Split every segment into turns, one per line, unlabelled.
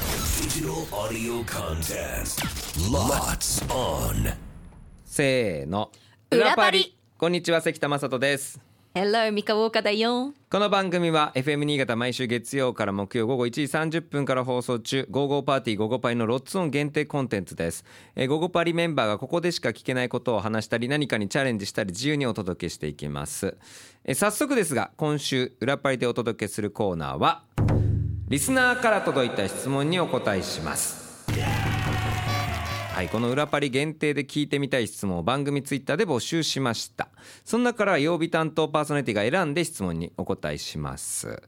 Digital audio contest. Lots on.
せーの
裏パリ
こんにちは関田正人です
Hello, ミカウォーカーだよ。
この番組は FM 新潟毎週月曜から木曜午後1時30分から放送中「ゴーゴーパーティーゴーゴーパイ」のロッツオン限定コンテンツです、えー、ゴーゴーパリメンバーがここでしか聞けないことを話したり何かにチャレンジしたり自由にお届けしていきます、えー早速ですが今週裏パリでお届けするコーナーはリスナーから届いた質問にお答えしますはい、この裏パリ限定で聞いてみたい質問を番組ツイッターで募集しましたその中から曜日担当パーソナリティが選んで質問にお答えします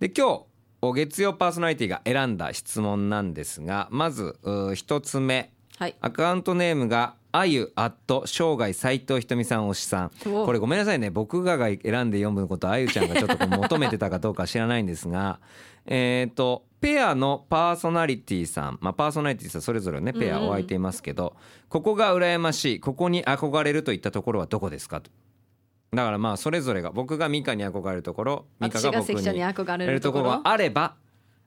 で今日お月曜パーソナリティが選んだ質問なんですがまずうー一つ目
はい。
アカウントネームがあゆアット生涯斉藤ひとみさん推しさん
お
これごめんなさいね僕がが選んで読むことあゆちゃんがちょっとこう求めてたかどうかは知らないんですが えっ、とペアのパーソナリティさん、まあ、パーソナリティさんそれぞれねペアお相手いますけど、ここが羨ましいここに憧れるといったところはどこですかとだからまあそれぞれが僕がミカに憧れるところミカ
私
が
が
僕
関
に
所に憧れ
憧れ
る
る
と
と
こ
ころが
ろ。
あれば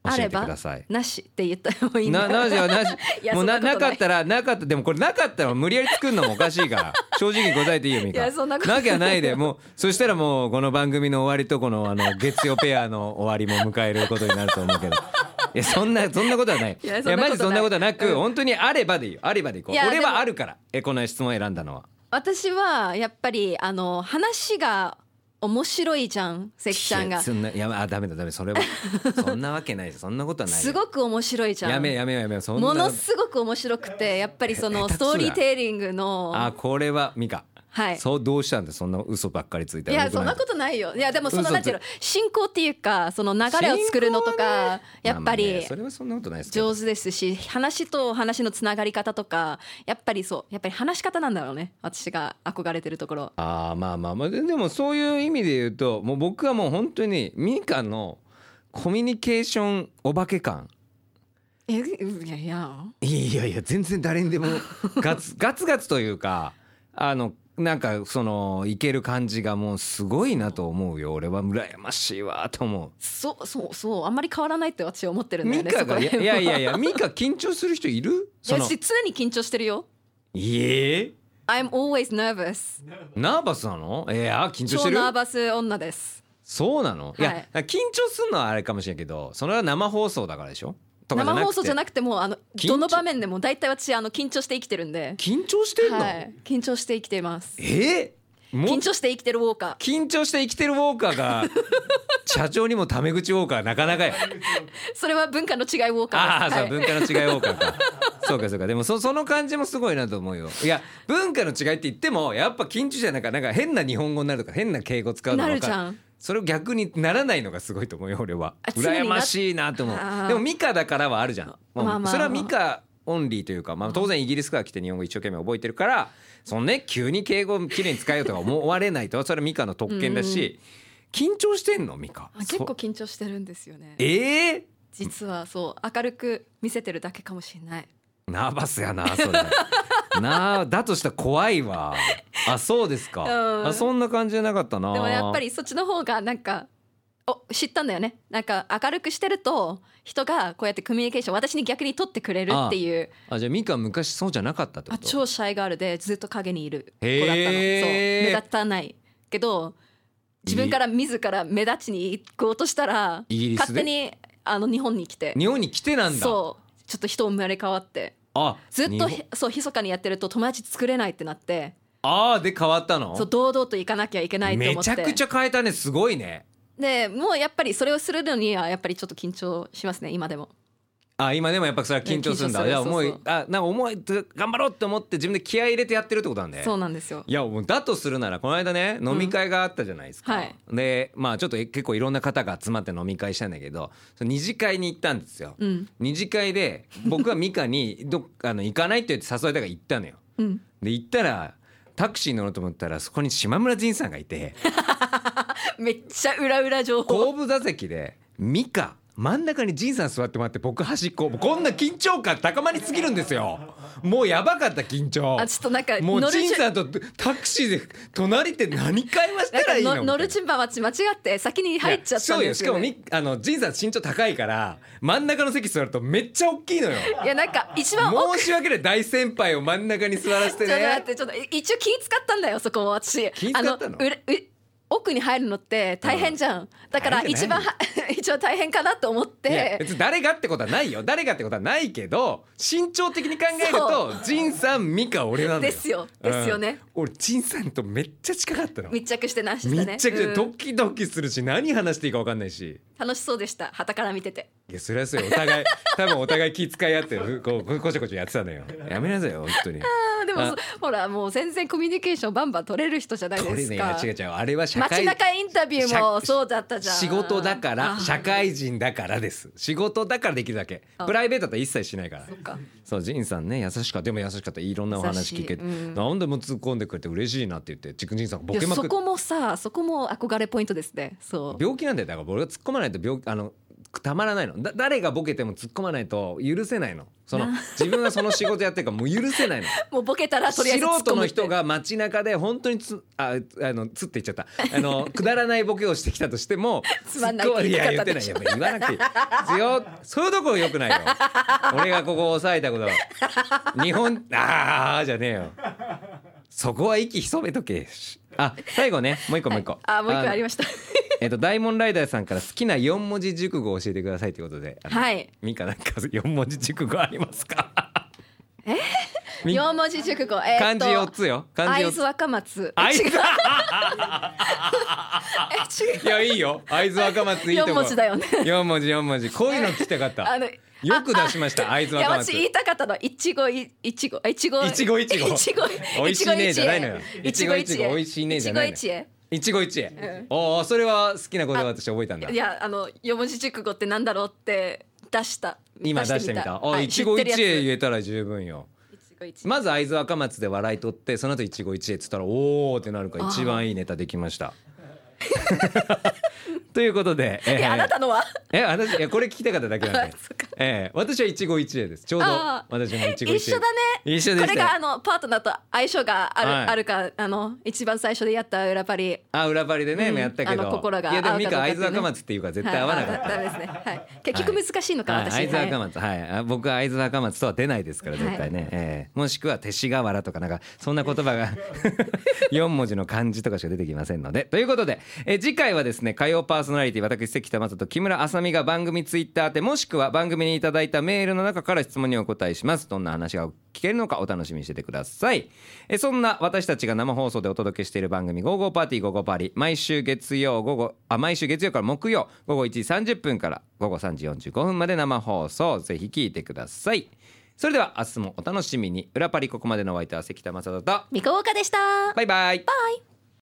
教
あ
え
れ
てく
ば
ださい。
なしって言ったらもいいんだ
ななしはなし
いや
もうな
そんな
な
ことな
か
い
ったらなかったでもこれなかったら無理やり作るのもおかしいから 正直に答えていいよみか
いやそんなこと
きゃないでもうそしたらもうこの番組の終わりとこのあの月曜ペアの終わりも迎えることになると思う けど。いやそんなそんなことはない。
いやそんなことない
マジそんなことはなく、
うん
本当にあればでいいよあればでいこう。
いや
俺
でも
はあるから。えこの質問選んだのは。
私はやっぱりあの話が面白いじゃん、関ちゃん
いや
が。
そんないやあダメだダメそれ はそんなわけないそんなことはないよ。
すごく面白いじゃん。
やめやめやめそんな
も
こと
のすごく面白くてやっぱりその
下手
ス
くそだ
トーリーテーリングの
あこれはミカ。
はい
そうどうしたんだそんな嘘ばっかりついた
い
ら
や
良く
そん
い
なことないよいやでもその
嘘
なんていうの進行っていうかその流れを作るのとか、や
ま
っぱ
あまあ
り
ねそれはそんなことないですけど
上手ですし話と話のつながり方とかやっぱりそうやっぱり話し方なんだろうね私が憧れてるところ
ああまあまあまあででもそういう意味で言うともう僕はもう本当にミカのコミュニケーションお化け感
えいやいや
いやいや全然誰にでもガ ツガツガツというかあのなんかそのいける感じがもうすごいなと思うよ俺は羨ましいわと思う。
そうそうそうあんまり変わらないって私は思ってるんだよ
ミ
ね
カがい
そこら辺
や
はい
やいやいやミカ緊張する人いるその
私常に緊張してるよ
いえ
I'm always nervous
ナーバスなのいや緊張し
超
てる
ナーバス女です
そうなの、い、や
はい
だから緊張するのはあれかもしれんけどそれは生放送だからでしょとかじゃなく
生
て
放送じゃなくてもうあの
緊張
どの場面でも大体私あの緊張して生きてるんで
緊張してんの、
はい緊張して生きています
えーもう
緊張して生きてるウォーカー
緊張して生きてるウォーカー が社長にもタメ口ウォーカーなかなかや
それは文化の違いウォーカー
ああ
で
そう、
すはい
文化の違いウォーカーか そうかそうかでもそその感じもすごいなと思うよいや文化の違いって言ってもやっぱ緊張じゃなんかなんか変な日本語になるとか変な敬語使うの
な
が
る
分か
じゃん
それを逆にならないのがすごいと思うよ俺は
あ常にな
羨ましいなと思
あー
うでもミカだからはあるじゃん、もう
まあまあまあ
それはミカオンリーというか、まあ、当然イギリスから来て日本語一生懸命覚えてるからそのね急に敬語をきれいに使えようとか思われないとそれはミカの特権だし緊張してんのミカ
あ結構
そ
緊張してるんですよね
ええ
実はそう明るく見せてるだけかもしれない
ナーバスやなそれなあだとしたら怖いわあそうですか、
うん
あそんな感じじゃなかったな
でもやっぱりそっちの方がなんかお知ったんだよねなんか明るくしてると人がこうやってコミュニケーション私に逆に取ってくれるっていう
あじゃあミカ昔そうじゃなかったって
あ
こと
超シャイガールでずっと影にいる子だったのそう
へー
目立たないけど自分から自ら目立ちに行こうとしたら
イギリス
勝手
で
にあの日本に来て
日本に来てなんだ
そうちょっと人生まれ変わって
あ
ずっ
日
と
本
ひそう密かにやってると友達作れないってなって
ああで変わったの
そう堂々と行かなきゃいけないと
め
思っ
ち
て
ゃくちゃ変えたねすごいね
でもうやっぱりそれをするのにはやっぱりちょっと緊張しますね今でも
あ今でもやっぱそれは緊張するんだ
緊張する
いや
そう
思
そう
いあなんか思い頑張ろうって思って自分で気合い入れてやってるってことなんで
そうなんですよ
いやもうだとするならこの間ね飲み会があったじゃないですか、
はい
でまあちょっと結構いろんな方が集まって飲み会したんだけどその二次会に行ったんですよ、
うん
二次会で僕はミカに どっあの行かないって言って誘われたから行ったのよ
うん
で行ったらタクシー乗ろうと思ったらそこに島村仁 さんがいて
めっちゃ裏裏情報
後部座席でミカ真ん中に仁さん座ってもらって僕端っここんな緊張感高まりすぎるんですよもうやばかった緊張
あちょっとなんか
もう
乗る
仁
順
さんとタクシーで隣って何回はしたらいい
な
の
んかの乗る順番は間違って先に入っちゃったんですよ、ね、
いやそうよしかもみあの仁さん身長高いから真ん中の席座るとめっちゃ大きいのよ
いやなんか一番奥
申し訳ない大先輩を真ん中に座らせて
ちょっと待
ね
ってちょっとい一応気使ったんだよそこも私
気使ったの
あうれう奥に入るのって大変じゃん、だから
大変じ
一
ゃな
番
い
は 一番大変かなと思っ
いや
て
別に誰がってことはないよ誰がってことはないけど身長的に考えると仁さん美香俺なんだよ
ですよですよね、
うん俺仁さんとめっちゃ近かったの
密着してなした
密
ね
着で
うん
ドキドキするし何話していいか分かんないし
楽しそうでした傍から見てて
いやそれはそうよお互い 多分お互い気遣い合ってふこうこちょこちょやってたのよやめなさいよ本当に
あ でも
あ
そほらもう全然コミュニケーションバンバン取れる人じゃない
こ
で
れ
す
ね
か
違う違うあれは社
街
会
中インタビューもそうだったじゃん
仕事だから
あ
社会人だからです仕事だからできるだけ
あ
プライベートだと一切しないから
そっか
そうジンさんね優しかったでも優しかったいろんなお話聞けて、
優しいうん
なんでも突っ込んでくれて嬉しいなって言ってちくじんさんがボ
いや
ケまく
そ
って
こもさそこも憧れポイントですねそう
病気なんだよだから俺が突っ込まないと病あのたまらないのだ誰がボケても突っ込まないと許せないのその自分がその仕事やってるからもう許せないの
もうボケたらと
素
りあえず突っ
人
込む
の
って
人が街中で本当につああのつって言っちゃったあの くだらないボケをしてきたとしても
つまんないって言い
いや言って
方で
ない
し
よ
ょ
言わなくていいですよそういうとこよくないよ俺がここを抑えたこと日本ああじゃねえよそこは息潜めとけあ最後ねもう一個もう一個、
あもう一個あり
ま
ました
えっと大門ライダーさんから好きな四文字熟語を教えてくださいということであの
はい
ミカなんか四文字熟語ありますかみ
四文字熟語えー、
漢
っ
字
と
四つよ漢字
会
四
津
つ
若松
会津
違う え違
い
う
やいいよ会津若松いいとこ
四文字だよね
四文字四文字こういうの聞きたかった
あの
よく出しました会津
いや
若松
私言いたかったのは一期一会いちご
いちごいちご
いちご
おいしいねじゃないのよ
いちご
いちごいちごおいしいねじゃないのよ
ちごいち
一期一会
うん
おーそれは好きな言葉として覚えたんだ
えいやあの四文字熟語ってなんだろうって出した
今出してみた
は
あ
い
一期一会
知ってる
言
や
えたら十分よ
つ一期一会
まず会津若松で笑い取ってその後一期一会っつったらおーってなるから一番いいネタできました ということでえ
えあなたのは
え私いやこれ聞きたかっただけなんで
あ そっか
ええ私は一期一会ですちょうど
あー
私も一期一会
一緒だね
一緒で
こ
した
れがあのパートナーと相性がある,、
はい
あるかあの一番最初でやった裏パリ
あ裏張りでね、
うん
やったけど
あの心が
いやでも
合う
ミ
かど
カ
うかって
会
ね
津若松っていうから絶対合わなかった、
はいあダメですね、はい、結局難しいのか、
はい
私
会津若
はい
松はい、あ僕は会津若松とは出ないですから絶対ね、ええもしくは勅使河原とかなんかそんな言葉が 四文字の漢字とかしか出てきませんのでということで、え次回はですね火曜パーソナリティ私関田正と木村あさみが番組ツイッターでもしくは番組にいただいたメールの中から質問にお答えしますどんな話が聞けるのかお楽しみにしててくださいえそんな私たちが生放送でお届けしている番組「ゴーゴーパーティーゴーゴーパーリー」毎週月曜午後あ毎週月曜から木曜午後1時30分から午後3時45分まで生放送ぜひ聞いてくださいそれでは明日もお楽しみに裏パリここまでのお相手は関田正人と
三河岡でした
バイバイ
バイ